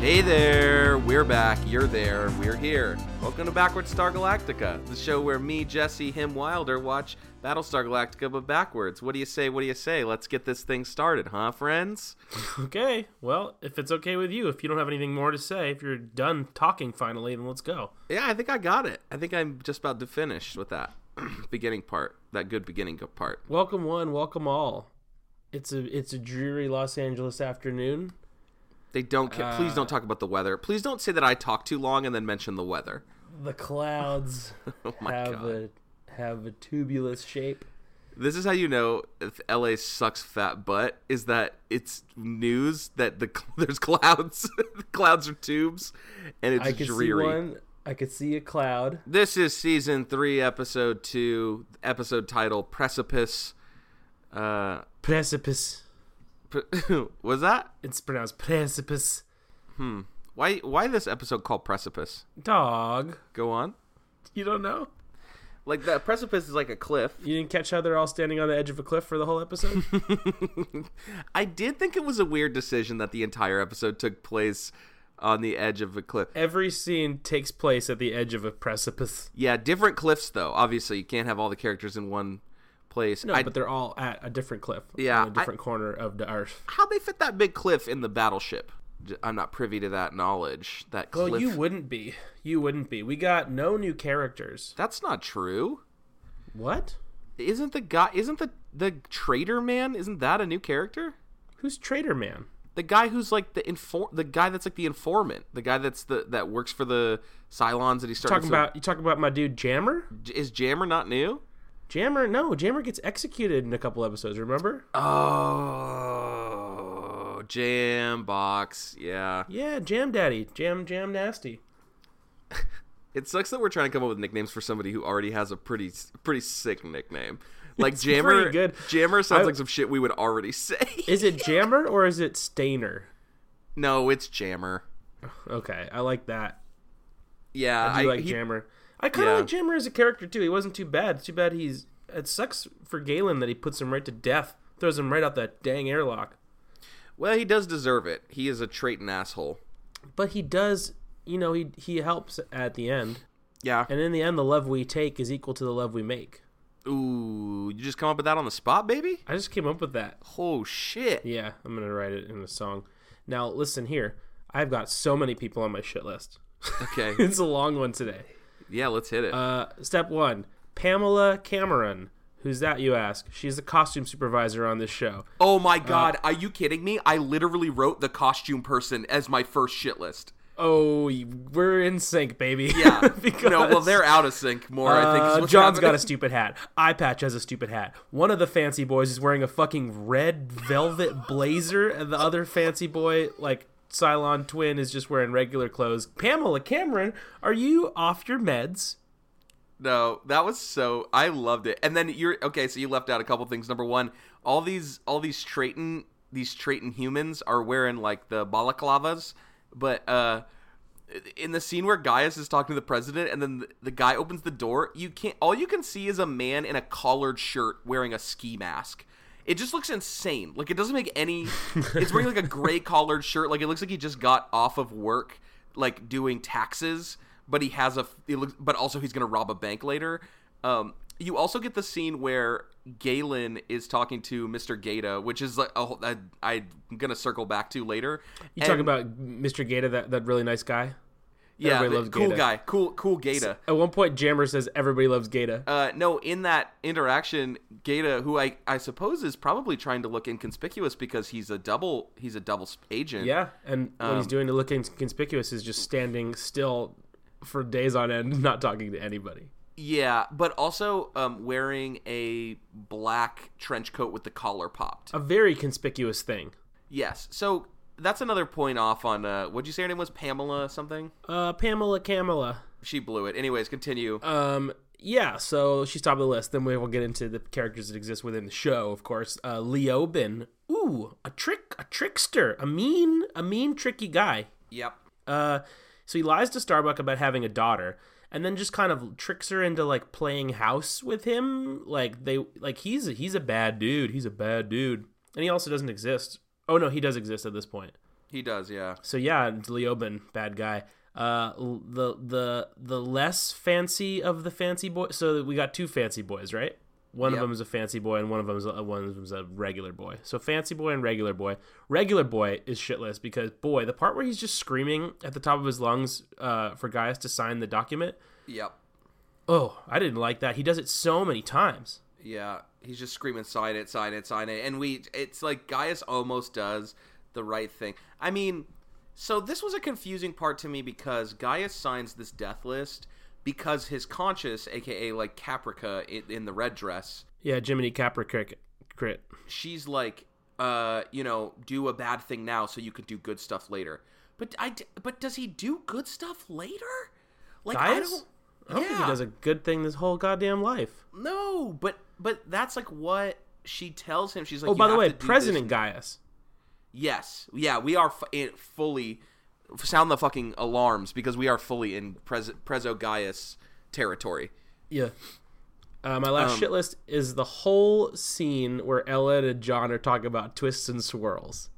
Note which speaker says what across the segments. Speaker 1: Hey there, we're back, you're there, we're here. Welcome to Backward Star Galactica, the show where me, Jesse, him, Wilder watch Battlestar Galactica but backwards. What do you say? What do you say? Let's get this thing started, huh, friends?
Speaker 2: Okay, well, if it's okay with you, if you don't have anything more to say, if you're done talking finally, then let's go.
Speaker 1: Yeah, I think I got it. I think I'm just about to finish with that beginning part, that good beginning part.
Speaker 2: Welcome one, welcome all. It's a it's a dreary Los Angeles afternoon.
Speaker 1: They don't care. Please don't talk about the weather. Please don't say that I talk too long and then mention the weather.
Speaker 2: The clouds
Speaker 1: Oh my
Speaker 2: have
Speaker 1: god.
Speaker 2: a have a tubulous shape.
Speaker 1: This is how you know if LA sucks fat butt is that it's news that the cl- there's clouds, the clouds are tubes, and it's
Speaker 2: I could
Speaker 1: dreary.
Speaker 2: see one. I could see a cloud.
Speaker 1: This is season three, episode two, episode title "Precipice." Uh,
Speaker 2: Precipice.
Speaker 1: pre- was that
Speaker 2: It's pronounced precipice.
Speaker 1: why? Why this episode called "Precipice"?
Speaker 2: Dog.
Speaker 1: Go on.
Speaker 2: You don't know?
Speaker 1: Like that precipice is like a cliff.
Speaker 2: You didn't catch how they're all standing on the edge of a cliff for the whole episode?
Speaker 1: I did think it was a weird decision that the entire episode took place on the edge of a cliff.
Speaker 2: Every scene takes place at the edge of a precipice.
Speaker 1: Yeah, different cliffs though. Obviously, you can't have all the characters in one place.
Speaker 2: No,
Speaker 1: I-
Speaker 2: but they're all at a different cliff.
Speaker 1: Yeah,
Speaker 2: on a different corner of the earth.
Speaker 1: how they fit that big cliff in the battleship? J- I'm not privy to that knowledge. That
Speaker 2: Well,
Speaker 1: cliff.
Speaker 2: you wouldn't be. You wouldn't be. We got no new characters.
Speaker 1: That's not true.
Speaker 2: What?
Speaker 1: Isn't the guy? Isn't the the traitor man? Isn't that a new character?
Speaker 2: Who's Trader Man?
Speaker 1: The guy who's like the inform, the guy that's like the informant, the guy that's the that works for the Cylons that he's starting
Speaker 2: Talking about you talking about my dude Jammer?
Speaker 1: Is Jammer not new?
Speaker 2: Jammer? No, Jammer gets executed in a couple episodes. Remember?
Speaker 1: Oh, Jam Box. Yeah.
Speaker 2: Yeah, Jam Daddy, Jam Jam Nasty.
Speaker 1: It sucks that we're trying to come up with nicknames for somebody who already has a pretty pretty sick nickname. Like Jammer
Speaker 2: pretty good.
Speaker 1: Jammer sounds
Speaker 2: I-
Speaker 1: like some shit we would already say.
Speaker 2: Is it Jammer or is it Stainer?
Speaker 1: no, it's Jammer.
Speaker 2: Okay, I like that.
Speaker 1: Yeah,
Speaker 2: I do like
Speaker 1: he-
Speaker 2: Jammer. I kind of
Speaker 1: Yeah.
Speaker 2: like Jammer as a character too. He wasn't too bad. It's too bad he's. It sucks for Galen that he puts him right to death. Throws him right out that dang airlock.
Speaker 1: Well, he does deserve it. He is a trait and asshole.
Speaker 2: But he does. You know, he he helps at the end.
Speaker 1: Yeah.
Speaker 2: And in the end, the love we take is equal to the love we make.
Speaker 1: Ooh, you just come up with that on the spot, baby?
Speaker 2: I just came up with that.
Speaker 1: Oh shit.
Speaker 2: Yeah, I'm gonna write it in a song. Now listen here. I've got so many people on my shit list.
Speaker 1: Okay.
Speaker 2: it's a long one today.
Speaker 1: Yeah, let's hit it.
Speaker 2: Uh, step one: Pamela Cameron. Who's that? You ask. She's the costume supervisor on this show.
Speaker 1: oh my god, are you kidding me? I literally wrote the costume person as my first shit list.
Speaker 2: Oh, y- we're in sync, baby.
Speaker 1: Yeah.
Speaker 2: because,
Speaker 1: no, well they're out of sync more, I think.
Speaker 2: Uh,
Speaker 1: is what's
Speaker 2: John's
Speaker 1: happening.
Speaker 2: got a stupid hat. Eye Patch has a stupid hat. One of the fancy boys is wearing a fucking red velvet blazer, and the other fancy boy, like Cylon Twin, is just wearing regular clothes. Pamela Cameron, are you off your meds?
Speaker 1: No, that was so I loved it. And then you're okay, so you left out a couple things. Number one, all these all these Trayton these Trayton humans are wearing like the balaclavas, but uh in the scene where Gaius is talking to the president and then the, the guy opens the door, you can't all you can see is a man in a collared shirt wearing a ski mask. It just looks insane. Like it doesn't make any it's wearing like a gray collared shirt. Like it looks like he just got off of work like doing taxes, but he has a it looks but also he's going to rob a bank later. Um you also get the scene where Galen is talking to Mr. Gata, which is like a whole- I, I'm gonna circle back to later.
Speaker 2: You talking about Mr. Gator, that, that really nice guy?
Speaker 1: yeah,
Speaker 2: everybody
Speaker 1: the-
Speaker 2: loves
Speaker 1: cool
Speaker 2: Gaeta.
Speaker 1: guy, cool cool Gata.
Speaker 2: At one point, Jammer says everybody loves Gator.
Speaker 1: Uh, no, in that interaction, Gata, who I, I suppose is probably trying to look inconspicuous because he's a double he's a double sp- agent.
Speaker 2: yeah, and what
Speaker 1: um,
Speaker 2: he's doing to look inconspicuous is just standing still for days on end, not talking to anybody.
Speaker 1: yeah, but also um, wearing a black trench coat with the collar popped.
Speaker 2: A very conspicuous thing.
Speaker 1: Yes, so that's another point off on uh, what'd you say her name was Pamela something?
Speaker 2: Uh, Pamela Camela.
Speaker 1: She blew it. Anyways, continue.
Speaker 2: Um, yeah, so she's top of the list. Then we will get into the characters that exist within the show, of course. Uh, Leobin. Ooh, a trick, a trickster, a mean, a mean, tricky guy.
Speaker 1: yep.
Speaker 2: Uh, so he lies to Starbuck about having a daughter, and then just kind of tricks her into like playing house with him. Like they, like he's he's a bad dude. He's a bad dude, and he also doesn't exist. Oh no, he does exist at this point.
Speaker 1: He does, yeah.
Speaker 2: So yeah, it's Leoben, bad guy. Uh, l- the the the less fancy of the fancy boy. So we got two fancy boys, right? One of
Speaker 1: Yep.
Speaker 2: them is a fancy boy, and one of them is a, one of them is a regular boy. So fancy boy and regular boy. Regular boy is shitless because boy, the part where he's just screaming at the top of his lungs uh, for guys to sign the document.
Speaker 1: Yep.
Speaker 2: Oh, I didn't like that. He does it so many times.
Speaker 1: Yeah, he's just screaming, sign it, sign it, sign it. And we, it's like Gaius almost does the right thing. I mean, so this was a confusing part to me because Gaius signs this death list because his conscience, aka like Caprica in, in the red dress,
Speaker 2: Yeah, Jiminy Capra cricket crit.
Speaker 1: she's like, uh, you know, do a bad thing now so you can do good stuff later. But I, d- but does he do good stuff later? Like
Speaker 2: Gaius?
Speaker 1: I don't.
Speaker 2: I don't think
Speaker 1: Yeah.
Speaker 2: he does a good thing this whole goddamn life.
Speaker 1: No, but but that's like what she tells him. She's like,
Speaker 2: Oh,
Speaker 1: "You
Speaker 2: by the
Speaker 1: have
Speaker 2: way,
Speaker 1: to do this
Speaker 2: President Gaius.
Speaker 1: Yes. Yeah, we are f- in fully sound the fucking alarms because we are fully in Prez- Prezo Gaius territory.
Speaker 2: Yeah. Uh, my last shit list is the whole scene where Ella and John are talking about twists and swirls.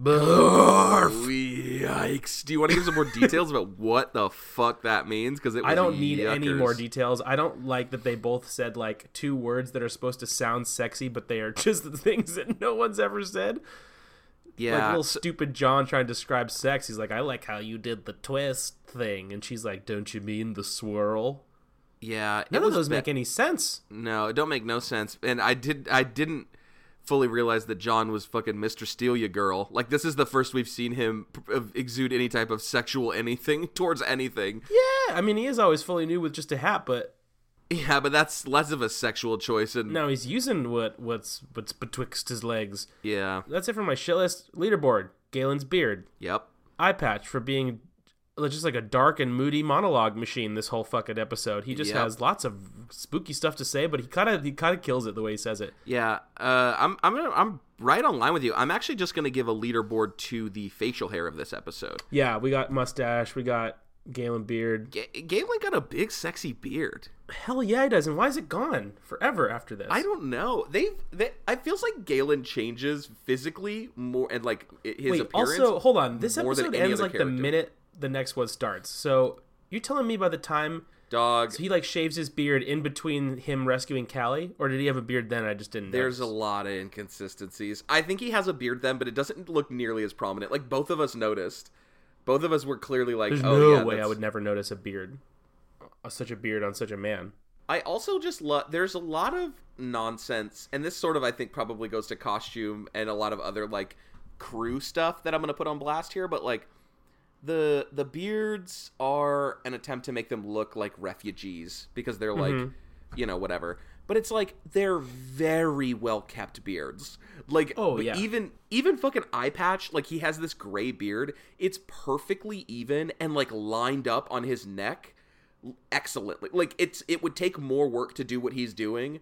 Speaker 1: Yikes. Do you want to give some more details about what the fuck that means cuz it was
Speaker 2: I don't need any more
Speaker 1: details.
Speaker 2: details. I don't like that they both said like two words that are supposed to sound sexy, but they are just the things that no one's ever said. Like
Speaker 1: Yeah.
Speaker 2: little stupid John trying to describe sex. He's like, "I like how you did the twist thing," and she's like, "Don't you mean the swirl?"
Speaker 1: yeah. it
Speaker 2: None of
Speaker 1: was
Speaker 2: those
Speaker 1: ba-
Speaker 2: make any sense.
Speaker 1: No, it don't make no sense. And I did I didn't fully realize that John was fucking Mr. Steal Ya Girl. Like this is the first we've seen him p- of- exude any type of sexual anything towards anything.
Speaker 2: Yeah, I mean, he is always fully nude with just a hat, but
Speaker 1: Yeah, but that's less of a sexual choice and
Speaker 2: No, he's using what what's what's betwixt his legs.
Speaker 1: yeah.
Speaker 2: That's it for my shit list. Leaderboard: Galen's beard,
Speaker 1: Yep.
Speaker 2: eye patch for being just like a dark and moody monologue machine. This whole fucking episode, he just
Speaker 1: Yep.
Speaker 2: has lots of spooky stuff to say, but he kind of he kind of kills it the way he says it.
Speaker 1: Yeah. Uh, I'm I'm gonna, I'm right on line with you. I'm actually just gonna give a leaderboard to the facial hair of this episode.
Speaker 2: Yeah, we got mustache, we got Galen beard.
Speaker 1: G- Galen got a big sexy beard.
Speaker 2: Hell yeah, he does. And why is it gone forever after this?
Speaker 1: I don't know. They've they, I feels like Galen changes physically more and like i- his
Speaker 2: Wait,
Speaker 1: appearance.
Speaker 2: also hold on. This
Speaker 1: more than
Speaker 2: episode
Speaker 1: any
Speaker 2: ends
Speaker 1: other
Speaker 2: like the
Speaker 1: character.
Speaker 2: minute the next one starts. So you're telling me by the time
Speaker 1: dog.
Speaker 2: So he like shaves his beard in between him rescuing Callie, or did he have a beard then? I just didn't.
Speaker 1: There's a
Speaker 2: notice?
Speaker 1: lot of inconsistencies. I think he has a beard then, but it doesn't look nearly as prominent. Like both of us noticed. Both of us were clearly like,
Speaker 2: There's
Speaker 1: "Oh
Speaker 2: no
Speaker 1: yeah."
Speaker 2: way I
Speaker 1: that's-
Speaker 2: would never notice a beard, uh, such a beard on such a man.
Speaker 1: I also just love. There's a lot of nonsense, and this sort of I think probably goes to costume and a lot of other like crew stuff that I'm gonna put on blast here. But like the the beards are an attempt to make them look like refugees because they're like
Speaker 2: Mm-hmm.
Speaker 1: you know whatever. But it's like they're very well kept beards. Like
Speaker 2: Oh,
Speaker 1: but
Speaker 2: yeah.
Speaker 1: even even fucking eye patch. Like he has this gray beard. It's perfectly even and like lined up on his neck excellently. Like it's it would take more work to do what he's doing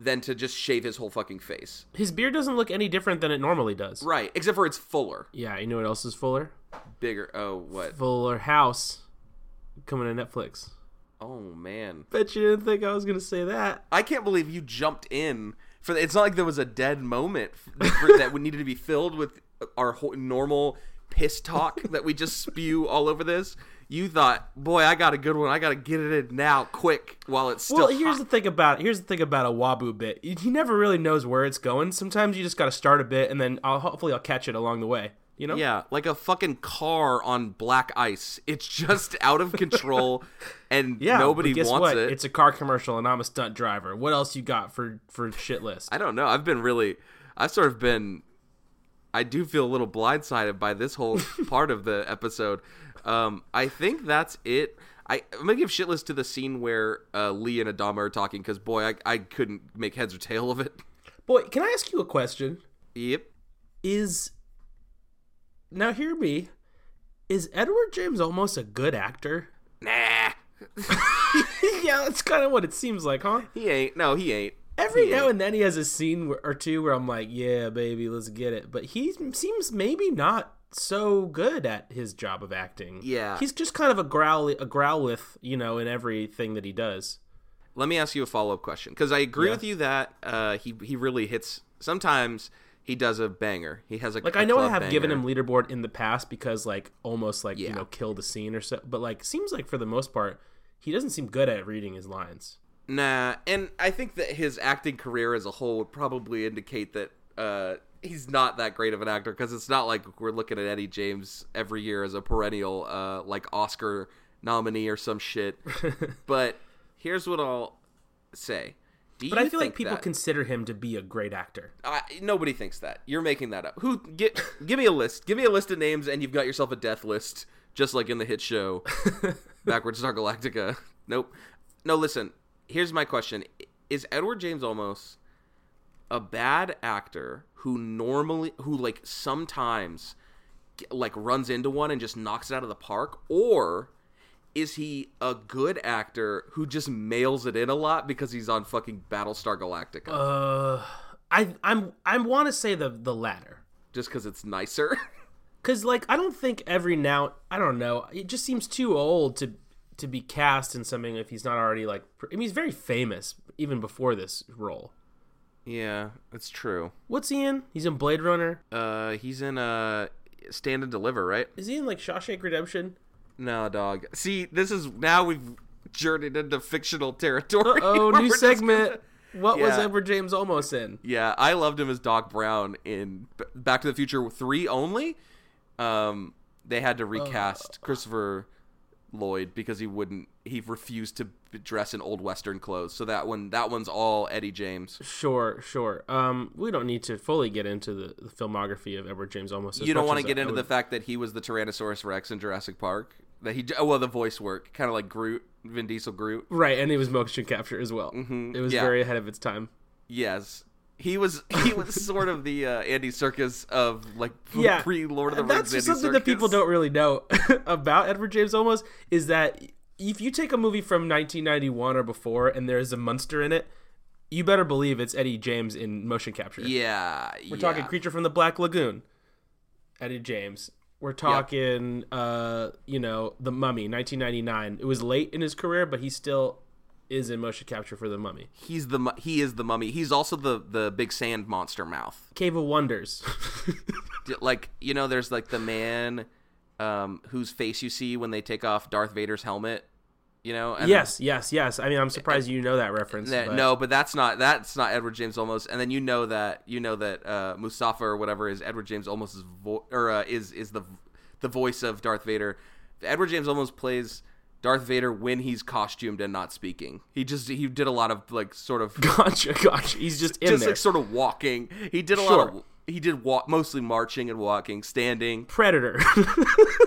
Speaker 1: than to just shave his whole fucking face.
Speaker 2: His beard doesn't look any different than it normally does.
Speaker 1: Right, except for it's fuller,
Speaker 2: Yeah, you know what else is Fuller?
Speaker 1: bigger. Oh what?
Speaker 2: Fuller House, coming to Netflix.
Speaker 1: Oh man.
Speaker 2: Bet you didn't think I was gonna say that.
Speaker 1: I can't believe you jumped in for it's not like there was a dead moment f- for, that would needed to be filled with our whole normal piss talk that we just spew all over this. You thought, "Boy, I got a good one. I got to get it in now quick while it's still
Speaker 2: Well,
Speaker 1: hot."
Speaker 2: here's the thing about here's the thing about a Wabu bit. He never really knows where it's going. Sometimes you just gotta start a bit, and then I'll hopefully I'll catch it along the way. You know?
Speaker 1: Yeah, like a fucking car on black ice. It's just out of control, and
Speaker 2: Yeah,
Speaker 1: nobody
Speaker 2: but guess
Speaker 1: wants
Speaker 2: what?
Speaker 1: it.
Speaker 2: It's a car commercial, and I'm a stunt driver. What else you got for for shit list?
Speaker 1: I don't know. I've been really, I've sort of been, I do feel a little blindsided by this whole part of the episode. Um, I think that's it. I, I'm gonna give shitless to the scene where uh, Lee and Adama are talking because boy, I, I couldn't make heads or tail of it.
Speaker 2: Boy, can I ask you a question?
Speaker 1: Yep.
Speaker 2: Is now hear me? Is Edward James almost a good actor?
Speaker 1: Nah,
Speaker 2: yeah, that's kind of what it seems like, huh?
Speaker 1: he ain't. No, he ain't.
Speaker 2: Every
Speaker 1: He
Speaker 2: now
Speaker 1: ain't.
Speaker 2: and then he has a scene where- or two where I'm like, "Yeah, baby, let's get it," but he seems maybe not so good at his job of acting.
Speaker 1: Yeah.
Speaker 2: he's just kind of a growly a growlith, you know, in everything that he does.
Speaker 1: Let me ask you a follow up question because I agree with you that uh, he he really hits. Sometimes He does a banger. He has a
Speaker 2: Like
Speaker 1: a
Speaker 2: I know I
Speaker 1: club
Speaker 2: have given
Speaker 1: banger.
Speaker 2: him leaderboard in the past because like almost like you
Speaker 1: Yeah.
Speaker 2: know kill the scene or so, but like seems like for the most part he doesn't seem good at reading his lines.
Speaker 1: Nah, and I think that his acting career as a whole would probably indicate that uh, he's not that great of an actor because it's not like we're looking at Eddie James every year as a perennial uh, like Oscar nominee or some shit. but here's what I'll say. Do
Speaker 2: But
Speaker 1: you
Speaker 2: I feel like
Speaker 1: think
Speaker 2: people
Speaker 1: that-
Speaker 2: consider him to be a great actor.
Speaker 1: I, nobody thinks that. You're making that up. Who get? give me a list. Give me a list of names, and you've got yourself a death list, just like in the hit show, Backwards Star Galactica. Nope. No, listen. Here's my question: Is Edward James almost a bad actor who normally, who like sometimes, like runs into one and just knocks it out of the park, or? Is he a good actor who just mails it in a lot because he's on fucking Battlestar Galactica?
Speaker 2: Uh, I I'm I want to say the the latter.
Speaker 1: just because it's nicer.
Speaker 2: Cause like I don't think every now I don't know it just seems too old to to be cast in something if he's not already like pr- I mean he's very famous even before this role.
Speaker 1: yeah, that's true.
Speaker 2: What's he in? He's in Blade Runner.
Speaker 1: Uh, he's in uh, Stand and Deliver, right?
Speaker 2: Is he in like Shawshank Redemption?
Speaker 1: No, dog. See, this is now we've journeyed into fictional territory. where
Speaker 2: Oh, new
Speaker 1: we're just
Speaker 2: segment.
Speaker 1: gonna-
Speaker 2: What was
Speaker 1: Yeah.
Speaker 2: Edward James almost in?
Speaker 1: Yeah, I loved him as Doc Brown in B- Back to the Future Three only. Um, they had to
Speaker 2: Uh,
Speaker 1: recast Christopher Lloyd because he wouldn't. He refused to b- dress in old western clothes. So that one, that one's all Eddie James.
Speaker 2: Sure, sure. Um, we don't need to fully get into the, the filmography of Edward James almost.
Speaker 1: you don't want to get into the fact that he was the Tyrannosaurus Rex in Jurassic Park. That he, oh, well, the voice work, kind of like Groot, Vin Diesel Groot.
Speaker 2: right, and it was motion capture as well. It was
Speaker 1: Mm-hmm. yeah.
Speaker 2: very ahead of its time.
Speaker 1: Yes, he was. He was sort of the uh, Andy Circus of like
Speaker 2: Yeah,
Speaker 1: pre Lord of the Rings.
Speaker 2: That's just something that people don't really know about Edward James almost is that if you take a movie from 1991 or before and there is a monster in it, you better believe it's Eddie James in motion capture.
Speaker 1: Yeah,
Speaker 2: We're talking Creature from the Black Lagoon, Eddie James. We're talking, uh, you know, The Mummy, 1999. It was late in his career, but he still is in motion capture for The Mummy.
Speaker 1: He's the mu- he is the mummy. He's also the the big sand monster mouth.
Speaker 2: Cave of Wonders.
Speaker 1: D- Like you know, there's like the man um, whose face you see when they take off Darth Vader's helmet. You know, and
Speaker 2: yes, yes, yes. I mean, I'm surprised you know that reference.
Speaker 1: That-
Speaker 2: but-
Speaker 1: no, but that's not that's not Edward James Olmos. And then you know that you know that uh, Mustafa or whatever is Edward James Olmos's vo- or uh, is is the the voice of Darth Vader. Edward James Olmos plays Darth Vader when he's costumed and not speaking. He just he did a lot of like sort of
Speaker 2: Gotcha, gotcha. He's just in
Speaker 1: just
Speaker 2: there.
Speaker 1: like sort of walking. He did a lot of
Speaker 2: Sure.
Speaker 1: he did walk mostly marching and walking, standing.
Speaker 2: Predator.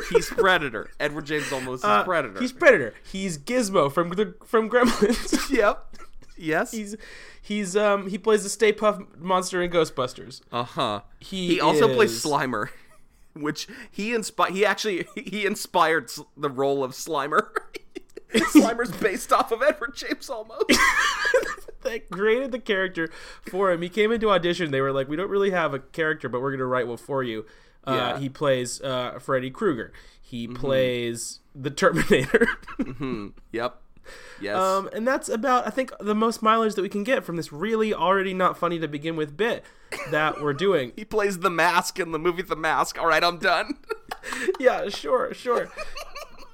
Speaker 1: He's Predator. Edward James Olmos is Predator.
Speaker 2: Uh, He's Predator. He's Gizmo from the from Gremlins.
Speaker 1: yep. Yes.
Speaker 2: he's he's um he plays the Stay Puff monster in Ghostbusters.
Speaker 1: Uh huh.
Speaker 2: He
Speaker 1: he also plays
Speaker 2: is-
Speaker 1: Slimer, which he inspired. He actually he inspired s- the role of Slimer. Slimer's based off of Edward James almost.
Speaker 2: they created the character for him. He came into audition. They were like, "We don't really have a character, but we're gonna write one for you." Uh,
Speaker 1: Yeah.
Speaker 2: He plays uh, Freddy Krueger. He plays the Terminator.
Speaker 1: yep. Yes.
Speaker 2: um, and that's about, I think, the most mileage that we can get from this really already not funny to begin with bit that we're doing.
Speaker 1: he plays the mask in the movie The Mask. All right, I'm done.
Speaker 2: yeah, sure, sure.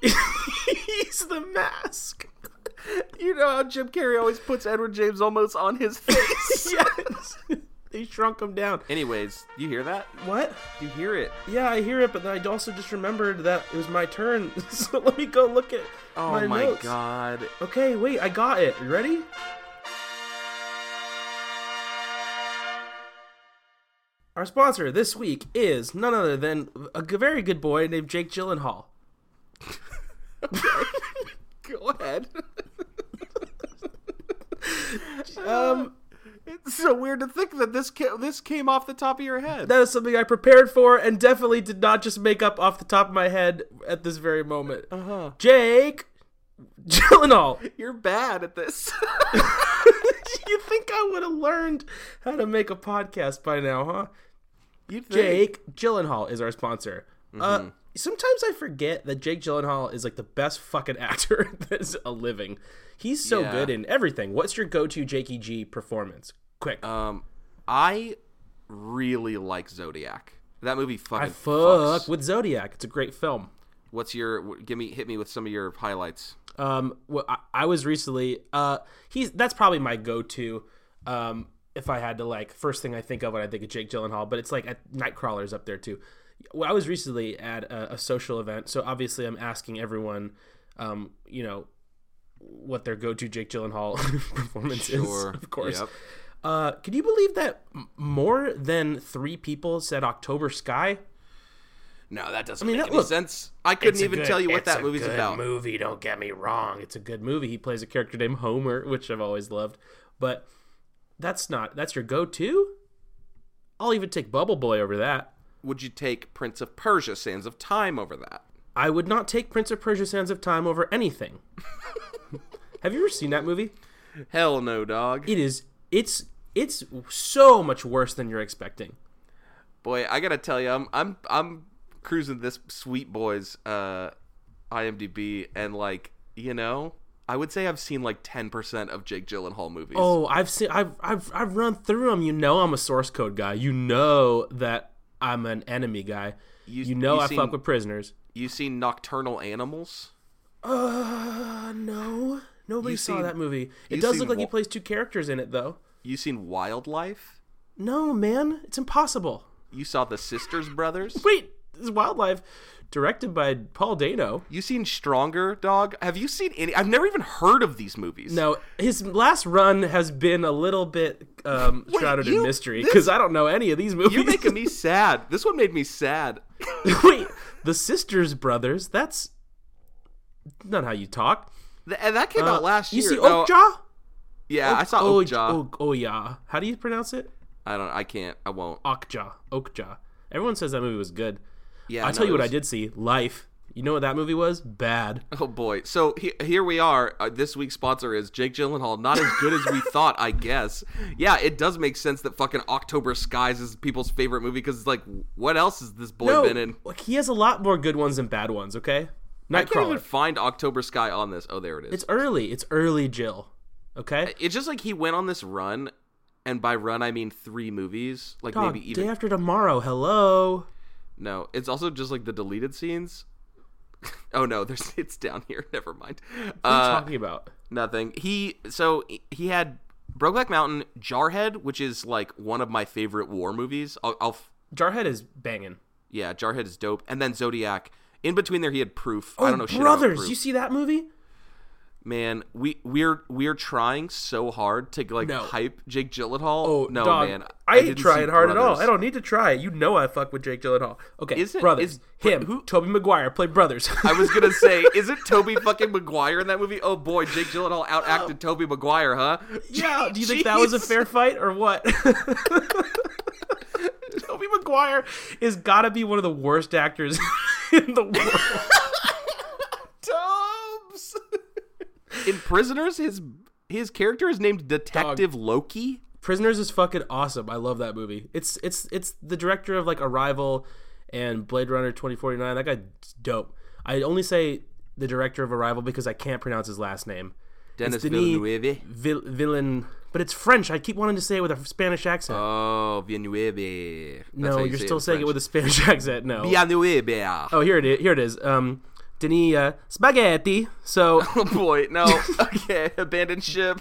Speaker 2: He's the mask.
Speaker 1: you know how Jim Carrey always puts Edward James almost on his face.
Speaker 2: Yes. they shrunk him down.
Speaker 1: Anyways, you hear that?
Speaker 2: What?
Speaker 1: You hear it?
Speaker 2: Yeah, I hear it, but then I also just remembered that it was my turn. So let me go look at
Speaker 1: Oh
Speaker 2: my,
Speaker 1: my,
Speaker 2: notes.
Speaker 1: god.
Speaker 2: Okay, wait, I got it. You ready? Our sponsor this week is none other than a g- very good boy named Jake Gyllenhaal.
Speaker 1: Go ahead.
Speaker 2: Um,
Speaker 1: it's so weird to think that this ca- this came off the top of your head.
Speaker 2: that is something I prepared for and definitely did not just make up off the top of my head at this very moment.
Speaker 1: Uh-huh.
Speaker 2: Jake Gyllenhaal.
Speaker 1: You're bad at this.
Speaker 2: you think I would have learned how to make a podcast by now, huh?
Speaker 1: you think.
Speaker 2: Jake Gyllenhaal is our sponsor. Uh,
Speaker 1: Mm-hmm.
Speaker 2: sometimes I forget that Jake Gyllenhaal is like the best fucking actor that's a living. He's so
Speaker 1: Yeah. Uh,
Speaker 2: good in everything. What's your go-to Jakey G performance? Quick.
Speaker 1: Um, I really like Zodiac. That movie fucking
Speaker 2: I
Speaker 1: fucks.
Speaker 2: fuck with Zodiac. It's a great film.
Speaker 1: What's your wh- give me hit me with some of your highlights?
Speaker 2: Um, well, I, I was recently. Uh, he's that's probably my go-to. Um, if I had to like first thing I think of when I think of Jake Gyllenhaal, but it's like at Nightcrawler's up there too. Well, I was recently at a, a social event, so obviously I'm asking everyone, um, you know, what their go-to Jake Gyllenhaal performance
Speaker 1: Sure.
Speaker 2: is. Of course.
Speaker 1: Yep.
Speaker 2: Uh, can you believe that m- more than three people said October Sky?
Speaker 1: No, that doesn't
Speaker 2: mean,
Speaker 1: make
Speaker 2: that-
Speaker 1: any
Speaker 2: look,
Speaker 1: sense. I couldn't
Speaker 2: It's a
Speaker 1: even
Speaker 2: good-
Speaker 1: tell you what
Speaker 2: it's
Speaker 1: that
Speaker 2: a
Speaker 1: movie's
Speaker 2: good
Speaker 1: about.
Speaker 2: Movie, don't get me wrong. It's a good movie. He plays a character named Homer, which I've always loved. But that's not that's your go-to. I'll even take Bubble Boy over that.
Speaker 1: Would you take Prince of Persia: Sands of Time over that?
Speaker 2: I would not take Prince of Persia: Sands of Time over anything. Have you ever seen that movie?
Speaker 1: Hell no, dog.
Speaker 2: It is it's it's so much worse than you're expecting.
Speaker 1: Boy, I gotta tell you, I'm I'm I'm cruising this sweet boy's uh, IMDb, and like you know, I would say I've seen like ten percent of Jake Gyllenhaal movies.
Speaker 2: Oh, I've seen I've I've I've run through them. You know I'm a source code guy. You know that I'm an enemy guy.
Speaker 1: You-
Speaker 2: You, know
Speaker 1: you
Speaker 2: I
Speaker 1: seen-
Speaker 2: fuck with prisoners.
Speaker 1: You seen Nocturnal Animals?
Speaker 2: Uh, no. Nobody
Speaker 1: You've
Speaker 2: saw
Speaker 1: seen-
Speaker 2: that movie. It
Speaker 1: you've
Speaker 2: does
Speaker 1: seen
Speaker 2: look like he
Speaker 1: Wa-
Speaker 2: plays two characters in it, though.
Speaker 1: You seen Wildlife?
Speaker 2: No, man, it's impossible.
Speaker 1: You saw The Sisters Brothers?
Speaker 2: Wait, this is Wildlife, directed by Paul Dano.
Speaker 1: You seen Stronger, dog? Have you seen any? I've never even heard of these movies.
Speaker 2: No, his last run has been a little bit um,
Speaker 1: Wait,
Speaker 2: shrouded
Speaker 1: you-
Speaker 2: in mystery
Speaker 1: this-
Speaker 2: because I don't know any of these movies.
Speaker 1: You're making me sad. This one made me sad.
Speaker 2: Wait, the sisters brothers? That's not how you talk.
Speaker 1: Th- And that came out last
Speaker 2: Uh, you
Speaker 1: year.
Speaker 2: see
Speaker 1: No,
Speaker 2: Oakjaw?
Speaker 1: Yeah, I saw
Speaker 2: Oh,
Speaker 1: Oakjaw.
Speaker 2: Oh, oh, yeah. How do you pronounce it?
Speaker 1: I don't. I can't. I won't.
Speaker 2: Oakjaw. Oakjaw. Everyone says that movie was good.
Speaker 1: Yeah.
Speaker 2: I'll
Speaker 1: no,
Speaker 2: tell you
Speaker 1: it
Speaker 2: what I
Speaker 1: was-
Speaker 2: did see. Life. You know what that movie was? Bad.
Speaker 1: Oh boy. So he- here we are. Uh, this week's sponsor is Jake Gyllenhaal. Not as good as we thought, I guess. Yeah, it does make sense that fucking October Skies is people's favorite movie because it's like, what else has this boy been in?
Speaker 2: look, he has a lot more good ones than bad ones, okay?
Speaker 1: I can't even
Speaker 2: Nightcrawler.
Speaker 1: find October Sky on this. Oh, there it is.
Speaker 2: It's early. It's early Jill. Okay?
Speaker 1: it's just like he went on this run, and by run I mean three movies, like
Speaker 2: Dog,
Speaker 1: maybe even
Speaker 2: Day after tomorrow. Hello.
Speaker 1: no. It's also just like the deleted scenes. oh no, there's it's down here. Never mind.
Speaker 2: What are you
Speaker 1: Uh,
Speaker 2: talking about?
Speaker 1: nothing. He so he had Brokeback Mountain, Jarhead, which is like one of my favorite war movies. I'll, I'll f-
Speaker 2: Jarhead is banging.
Speaker 1: yeah, Jarhead is dope, and then Zodiac. In between there, he had Proof. I don't know. shit about
Speaker 2: Oh, Brothers,
Speaker 1: Proof.
Speaker 2: you see that movie?
Speaker 1: Man, we we're we're trying so hard to like
Speaker 2: No.
Speaker 1: hype Jake Gyllenhaal.
Speaker 2: Oh
Speaker 1: no,
Speaker 2: dog,
Speaker 1: man,
Speaker 2: I,
Speaker 1: didn't
Speaker 2: ain't trying
Speaker 1: see
Speaker 2: hard at all.
Speaker 1: Brothers.
Speaker 2: I don't need to try. You know I fuck with Jake Gyllenhaal. Okay,
Speaker 1: Is it-
Speaker 2: brothers.
Speaker 1: is-
Speaker 2: him,
Speaker 1: who-
Speaker 2: who? Toby Maguire played brothers.
Speaker 1: I was gonna say, isn't Toby fucking Maguire in that movie? Oh boy, Jake Gyllenhaal outacted
Speaker 2: Oh.
Speaker 1: Toby Maguire, huh?
Speaker 2: yeah. Do you think that was a
Speaker 1: Jeez.
Speaker 2: fair fight or what? Toby Maguire is gotta be one of the worst actors in the world.
Speaker 1: Tubbs. in Prisoners, his his character is named Detective Loki.
Speaker 2: Prisoners is fucking awesome. I love that movie. It's it's it's the director of like Arrival and Blade Runner 2049. That guy's dope. I only say the director of Arrival because I can't pronounce his last name.
Speaker 1: Dennis
Speaker 2: Denis-
Speaker 1: Villeneuve.
Speaker 2: Vil- villain, but it's French. I keep wanting to say it with a Spanish accent.
Speaker 1: Oh, Villeneuve. That's
Speaker 2: no,
Speaker 1: how you
Speaker 2: you're
Speaker 1: say
Speaker 2: still
Speaker 1: in
Speaker 2: saying it with a Spanish accent. No.
Speaker 1: French. Villeneuve.
Speaker 2: Oh, here it is. Here it is. Um, Denis uh, Spaghetti. So
Speaker 1: Oh boy, no. Okay, abandoned ship.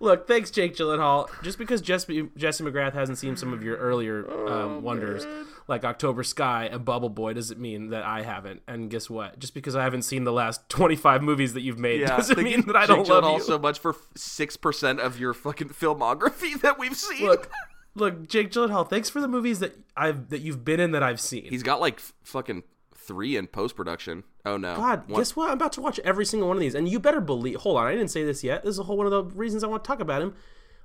Speaker 2: look, thanks Jake Gyllenhaal. Just because Jess- Jesse McGrath hasn't seen some of your earlier
Speaker 1: Oh,
Speaker 2: um, wonders like October Sky and Bubble Boy doesn't mean that I haven't. And guess what? Just because I haven't seen the last 25 movies that you've made doesn't
Speaker 1: thank you,
Speaker 2: mean that I
Speaker 1: Jake
Speaker 2: don't love
Speaker 1: Gyllenhaal
Speaker 2: you.
Speaker 1: so much for six percent of your fucking filmography that we've seen.
Speaker 2: look, look, Jake Gyllenhaal. Thanks for the movies that I've that you've been in that I've seen.
Speaker 1: He's got like f- fucking three in post production. Oh no!
Speaker 2: God,
Speaker 1: One-
Speaker 2: guess what? I'm about to watch every single one of these, and you better believe. Hold on, I didn't say this yet. This is a whole one of the reasons I want to talk about him.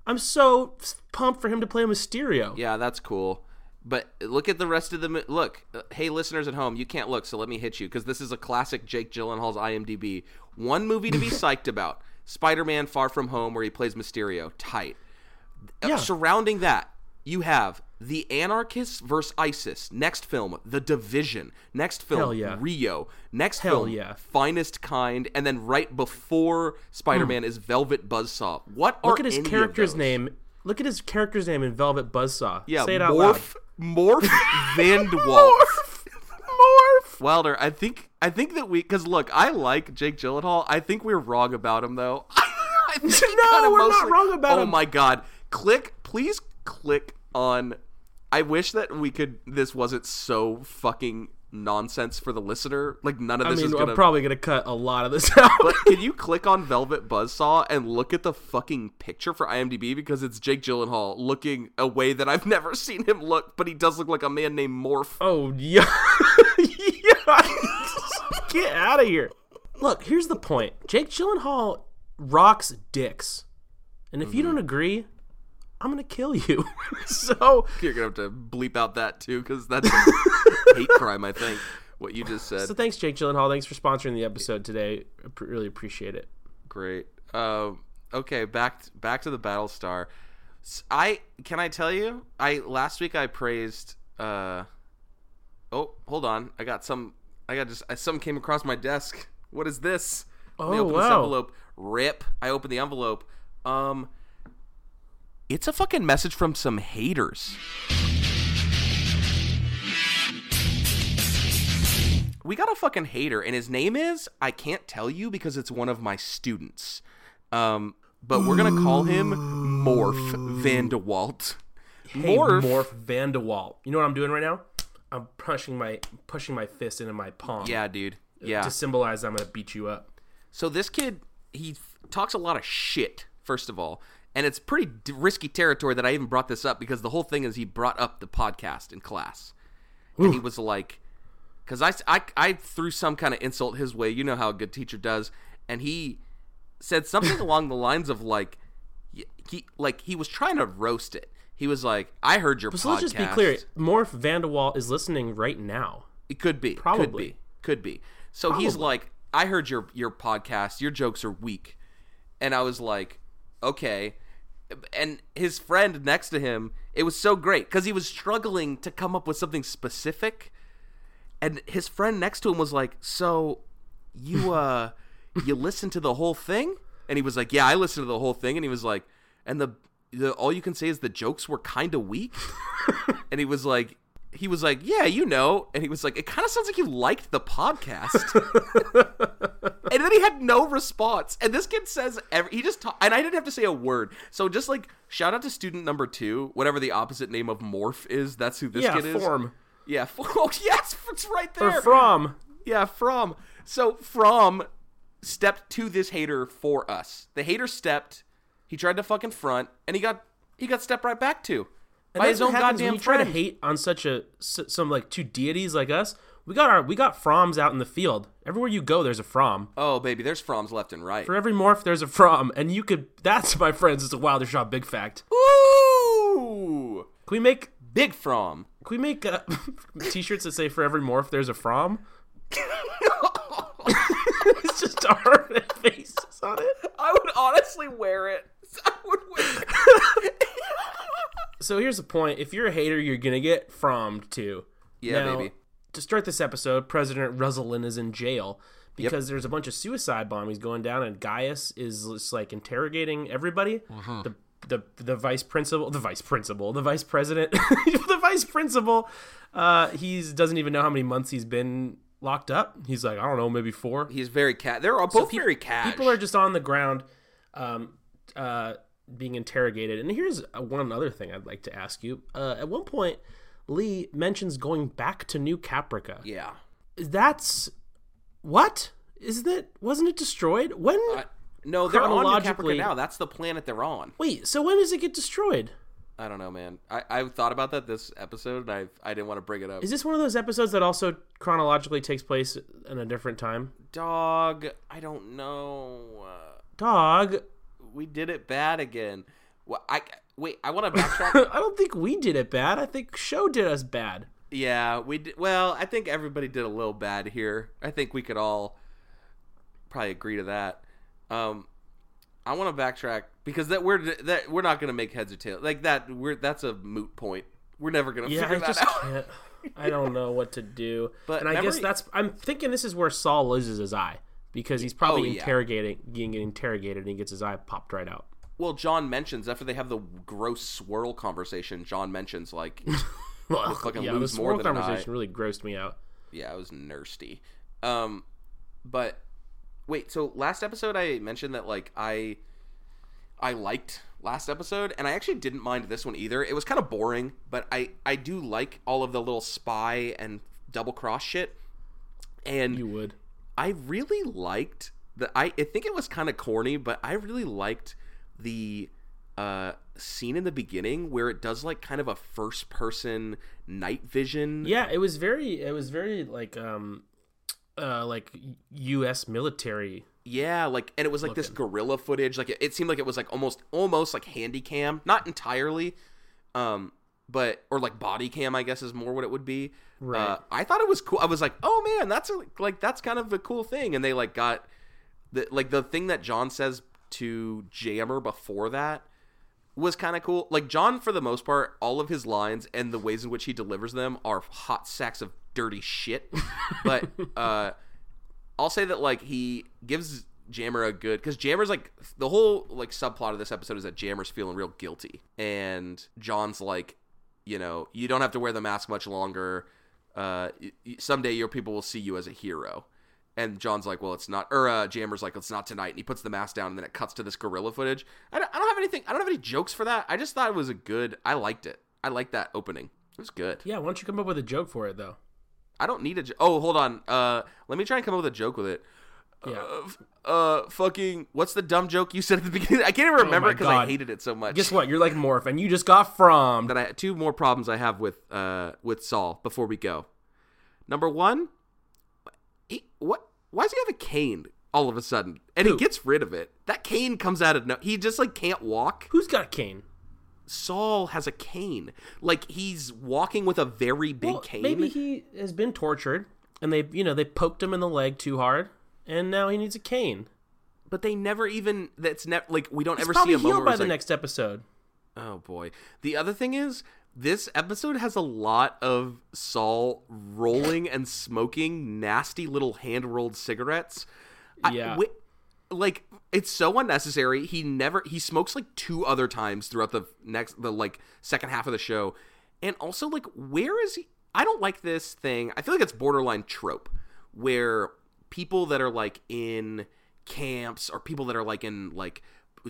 Speaker 2: I'm so pumped for him to play Mysterio.
Speaker 1: yeah, that's cool. But look at the rest of the mo- look. uh, Hey, listeners at home, you can't look, so let me hit you because this is a classic Jake Gyllenhaal's IMDb. One movie to be psyched about: Spider-Man: Far From Home, where he plays Mysterio. Tight. Uh,
Speaker 2: Yeah.
Speaker 1: Surrounding that, you have the Anarchists versus ISIS. Next film, The Division. Next film,
Speaker 2: Hell yeah.
Speaker 1: Rio. Next
Speaker 2: Hell
Speaker 1: film,
Speaker 2: yeah.
Speaker 1: Finest Kind. And then right before Spider-Man is Velvet Buzzsaw. What are
Speaker 2: Hmm. Look at his
Speaker 1: any of
Speaker 2: character's
Speaker 1: those?
Speaker 2: name Look at his character's name in Velvet Buzzsaw.
Speaker 1: Yeah,
Speaker 2: Say it out loud.
Speaker 1: Morph Morph Vandewalt.
Speaker 2: Morph. Morph.
Speaker 1: Wilder, I think I think that we because look, I like Jake Gyllenhaal. I think we're wrong about him though. I think he
Speaker 2: No,
Speaker 1: kinda
Speaker 2: we're not wrong about
Speaker 1: oh
Speaker 2: him.
Speaker 1: my god! Click, please click on. I wish that we could. This wasn't so fucking nonsense for the listener. Like none of
Speaker 2: I
Speaker 1: this
Speaker 2: mean,
Speaker 1: is gonna.
Speaker 2: I'm probably gonna cut a lot of this out.
Speaker 1: but can you click on Velvet Buzzsaw and look at the fucking picture for IMDb because it's Jake Gyllenhaal looking a way that I've never seen him look, but he does look like a man named Morph.
Speaker 2: Oh yeah, Yikes. get out of here. Look, here's the point. Jake Gyllenhaal rocks dicks, and if
Speaker 1: Mm-hmm.
Speaker 2: you don't agree, I'm gonna kill you. so
Speaker 1: You're gonna have to bleep out that too, because that's a hate crime. I think what you just said.
Speaker 2: So thanks, Jake Gyllenhaal. Thanks for sponsoring the episode today. I pr- really appreciate it.
Speaker 1: Great. Um, okay, back back to the Battlestar. S- I can I tell you? I last week I praised. Uh, oh, hold on. I got some. I got just. I, some came across my desk. What is this? Let me
Speaker 2: Oh,
Speaker 1: open this
Speaker 2: wow.
Speaker 1: envelope. Rip. I opened the envelope. Um, it's a fucking message from some haters. we got a fucking hater and his name is i can't tell you because it's one of my students um but we're gonna call him morph van de walt
Speaker 2: Hey,
Speaker 1: Morph.
Speaker 2: Morph, Vandewalt. You know what I'm doing right now? I'm pushing my pushing my fist into my palm.
Speaker 1: yeah dude yeah
Speaker 2: To symbolize I'm gonna beat you up.
Speaker 1: so this kid he f- talks a lot of shit first of all and it's pretty d- risky territory that i even brought this up because the whole thing is he brought up the podcast in class and he was like because I, I, I threw some kind of insult his way you know how a good teacher does and he said something along the lines of like y- he like he was trying to roast it he was like i heard your
Speaker 2: So
Speaker 1: podcast
Speaker 2: let's just be clear. Morph Vandewalt is listening right now.
Speaker 1: it could be. Could
Speaker 2: Probably.
Speaker 1: be. Could be. So he's like, I heard your your podcast. Your jokes are weak. And I was like, okay. And his friend next to him, it was so great because he was struggling to come up with something specific. And his friend next to him was like, so you uh you listened to the whole thing? And he was like, yeah, I listened to the whole thing. And he was like, and the, the all you can say is the jokes were kind of weak and he was like he was like yeah you know and he was like it kind of sounds like you liked the podcast and then he had no response and this kid says every he just ta- and i didn't have to say a word so just like shout out to student number two whatever the opposite name of morph is that's who this
Speaker 2: yeah,
Speaker 1: kid is
Speaker 2: form.
Speaker 1: yeah for- oh, yes it's right
Speaker 2: Or
Speaker 1: there
Speaker 2: from.
Speaker 1: yeah, From. So From stepped to this hater for us. The hater stepped. He tried to fucking front, and he got he got stepped right back to by
Speaker 2: That's
Speaker 1: his
Speaker 2: what
Speaker 1: own
Speaker 2: happens when
Speaker 1: goddamn
Speaker 2: you try
Speaker 1: friend.
Speaker 2: to hate on such a s- some like two deities like us. We got our we got froms out in the field. Everywhere you go, there's a from.
Speaker 1: oh baby, there's Froms left and right.
Speaker 2: For every morph, there's a from, and you could. That's my friends. It's a Wilder Shot big fact.
Speaker 1: Ooh,
Speaker 2: Can we make
Speaker 1: big From.
Speaker 2: can we make uh, t-shirts that say "For every morph, there's a from"? it's just our faces on it.
Speaker 1: I would honestly wear it. I would wear it.
Speaker 2: So here's the point: if you're a hater, you're gonna get fromed too.
Speaker 1: Yeah,
Speaker 2: Now,
Speaker 1: baby.
Speaker 2: To start this episode, President Rosalind is in jail because there's a bunch of suicide bombings going down, and Gaius is just like interrogating everybody.
Speaker 1: Mm-hmm.
Speaker 2: The the the vice principal, the vice principal, the vice president, the vice principal. Uh, he's doesn't even know how many months he's been locked up. He's like, I don't know, maybe four.
Speaker 1: He's very cat. They're all both
Speaker 2: peop-
Speaker 1: very cat.
Speaker 2: People are just on the ground, um, uh, being interrogated. And here's uh, one other thing I'd like to ask you. Uh, at one point, Lee mentions going back to New Caprica.
Speaker 1: yeah.
Speaker 2: That's what isn't it? Wasn't it destroyed? When?
Speaker 1: I- no, they're on New Caprica
Speaker 2: Chronologically-
Speaker 1: now. That's the planet they're on.
Speaker 2: Wait. So when does it get destroyed?
Speaker 1: I don't know, man. I, I thought about that this episode, and I I didn't want to bring it up.
Speaker 2: Is this one of those episodes that also chronologically takes place in a different time?
Speaker 1: Dog, I don't know. Uh,
Speaker 2: Dog.
Speaker 1: we did it bad again. Well, I wait. I want to backtrack.
Speaker 2: I don't think we did it bad. I think show did us bad.
Speaker 1: yeah, we did. Well, I think everybody did a little bad here. I think we could all probably agree to that. Um, I want to backtrack because that we're that we're not gonna make heads or tails like that. We're that's a moot point. We're never gonna
Speaker 2: Yeah,
Speaker 1: figure
Speaker 2: I
Speaker 1: that
Speaker 2: just
Speaker 1: out.
Speaker 2: can't. I don't know what to do.
Speaker 1: But
Speaker 2: and I
Speaker 1: remember-
Speaker 2: guess that's. I'm thinking this is where Saul loses his eye because he's probably
Speaker 1: Oh, yeah.
Speaker 2: interrogating, getting interrogated, and he gets his eye popped right out.
Speaker 1: Well, John mentions after they have the gross swirl conversation. John mentions like,
Speaker 2: Well,
Speaker 1: fucking
Speaker 2: yeah,
Speaker 1: lose
Speaker 2: this
Speaker 1: more
Speaker 2: whole
Speaker 1: than an
Speaker 2: conversation really grossed me out.
Speaker 1: yeah, it was nasty. Um, but wait, so last episode I mentioned that like I, I liked last episode, and I actually didn't mind this one either. It was kind of boring, but I I do like all of the little spy and double cross shit. And
Speaker 2: You would.
Speaker 1: I really liked the I, I think it was kind of corny, but I really liked the uh scene in the beginning where it does like kind of a first person night vision.
Speaker 2: Yeah, it was very it was very like um uh like US military.
Speaker 1: Yeah, like and it was like this gorilla footage. Like it, it seemed like it was like almost almost like handy cam, not entirely. Um but or like body cam, I guess is more what it would be.
Speaker 2: Right.
Speaker 1: Uh, I thought it was cool. I was like, "Oh man, that's a, like that's kind of a cool thing." And they like got the like the thing that John says to Jammer before that was kind of cool. Like John, for the most part, all of his lines and the ways in which he delivers them are hot sacks of dirty shit. but uh, I'll say that like he gives Jammer a good because Jammer's like the whole like subplot of this episode is that Jammer's feeling real guilty, and John's like, you know, you don't have to wear the mask much longer. Uh, y- y- someday your people will see you as a hero. And John's like, well, it's not. Or uh, Jammer's like, it's not tonight. And he puts the mask down, and then it cuts to this gorilla footage. I don't, I don't have anything. I don't have any jokes for that. I just thought it was a good. I liked it. I liked that opening. It was good.
Speaker 2: Yeah, why don't you come up with a joke for it though?
Speaker 1: I don't need a. Jo- oh, hold on. Uh, let me try and come up with a joke with it.
Speaker 2: Yeah.
Speaker 1: Uh, f- uh, fucking. What's the dumb joke you said at the beginning? I can't even remember
Speaker 2: Oh my
Speaker 1: because I
Speaker 2: God.
Speaker 1: hated it so much.
Speaker 2: Guess what? You're like Morph and you just got from
Speaker 1: that I two more problems I have with uh with Saul before we go. Number one, he what? Why does he have a cane all of a sudden? And he
Speaker 2: Who?
Speaker 1: gets rid of it. That cane comes out of no. He just like can't walk.
Speaker 2: Who's got a cane?
Speaker 1: Saul has a cane. Like he's walking with a very big
Speaker 2: Well,
Speaker 1: cane.
Speaker 2: Maybe he has been tortured and they you know, they poked him in the leg too hard and now he needs a cane.
Speaker 1: but they never even. That's never like we don't
Speaker 2: He's
Speaker 1: ever see
Speaker 2: probably
Speaker 1: a moment
Speaker 2: healed
Speaker 1: where
Speaker 2: by
Speaker 1: it's
Speaker 2: the
Speaker 1: like,
Speaker 2: next episode.
Speaker 1: Oh boy. The other thing is this episode has a lot of Saul rolling and smoking nasty little hand rolled cigarettes. I-
Speaker 2: Yeah.
Speaker 1: wi- like it's so unnecessary. He never he smokes like two other times throughout the next the like second half of the show. And also like where is he I don't like this thing. I feel like it's borderline trope where people that are like in camps or people that are like in like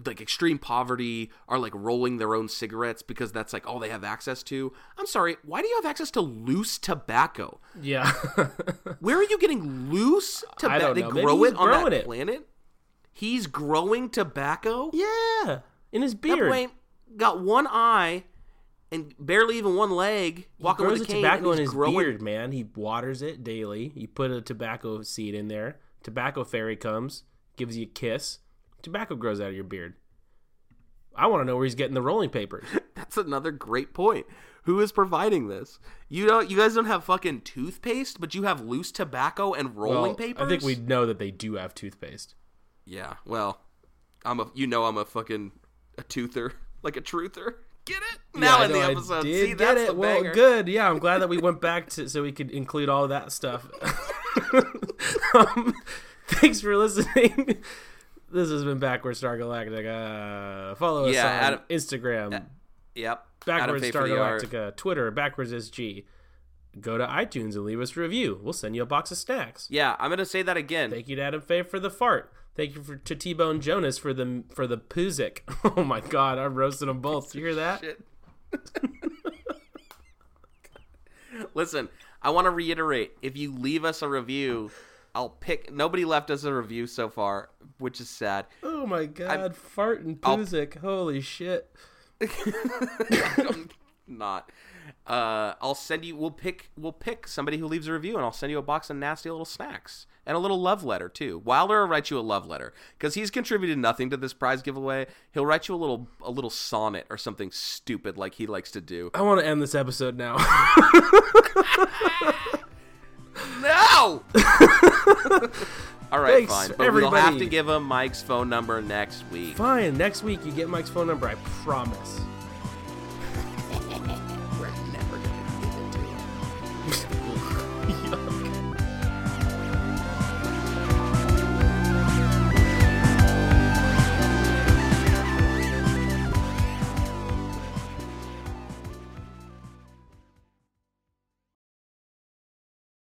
Speaker 1: like extreme poverty are like rolling their own cigarettes because that's like all they have access to. I'm sorry, why do you have access to loose tobacco?
Speaker 2: Yeah.
Speaker 1: Where are you getting loose
Speaker 2: I
Speaker 1: tobacco?
Speaker 2: don't
Speaker 1: They
Speaker 2: know. Maybe
Speaker 1: grow
Speaker 2: he's
Speaker 1: it on that
Speaker 2: growing it.
Speaker 1: planet. He's growing tobacco.
Speaker 2: yeah. In his
Speaker 1: That
Speaker 2: beard.
Speaker 1: boy got one eye and barely even one leg. Walking
Speaker 2: he grows
Speaker 1: with a
Speaker 2: the
Speaker 1: cane.
Speaker 2: tobacco
Speaker 1: and
Speaker 2: in
Speaker 1: he's
Speaker 2: his
Speaker 1: growing.
Speaker 2: beard, man. He waters it daily. You put a tobacco seed in there. Tobacco fairy comes, gives you a kiss. Tobacco grows out of your beard. I want to know where he's getting the rolling papers.
Speaker 1: That's another great point. Who is providing this? You don't. You guys don't have fucking toothpaste, but you have loose tobacco and rolling
Speaker 2: Well,
Speaker 1: papers.
Speaker 2: I think we know that they do have toothpaste.
Speaker 1: Yeah. Well, I'm a. You know, I'm a fucking a toother, like a truther. Get it? Now
Speaker 2: Yeah, I
Speaker 1: in
Speaker 2: know,
Speaker 1: the
Speaker 2: I
Speaker 1: episode.
Speaker 2: did
Speaker 1: See,
Speaker 2: get
Speaker 1: that's
Speaker 2: it.
Speaker 1: the
Speaker 2: well,
Speaker 1: banger.
Speaker 2: good. Yeah, I'm glad that we went back to so we could include all that stuff. um, thanks for listening. This has been Backwards Star Galactic. Uh, follow us
Speaker 1: Yeah,
Speaker 2: on
Speaker 1: Adam-
Speaker 2: Instagram.
Speaker 1: Yep. Adam
Speaker 2: Backwards
Speaker 1: Faye
Speaker 2: Star
Speaker 1: for the art.
Speaker 2: Galactica, Twitter, Backwards SG. Go to iTunes and leave us a review. We'll send you a box of snacks.
Speaker 1: Yeah, I'm gonna say that again.
Speaker 2: Thank you to Adam Faye for the fart. Thank you for, to T Bone Jonas for the for the poozik. Oh my God, I'm roasting them both. you hear that?
Speaker 1: Shit. Listen, I want to reiterate: if you leave us a review, I'll pick. Nobody left us a review so far, which is sad.
Speaker 2: Oh my God, fart and poozik. Holy shit.
Speaker 1: I'm not. Uh, I'll send you. We'll pick. We'll pick somebody who leaves a review, and I'll send you a box of nasty little snacks and a little love letter too. Wilder will write you a love letter because he's contributed nothing to this prize giveaway. He'll write you a little a little sonnet or something stupid like he likes to do.
Speaker 2: I want to end this episode now.
Speaker 1: No. All right,
Speaker 2: Thanks,
Speaker 1: fine. But we'll have
Speaker 2: everybody.
Speaker 1: to give him Mike's phone number next week.
Speaker 2: Fine. Next week you get Mike's phone number. I promise.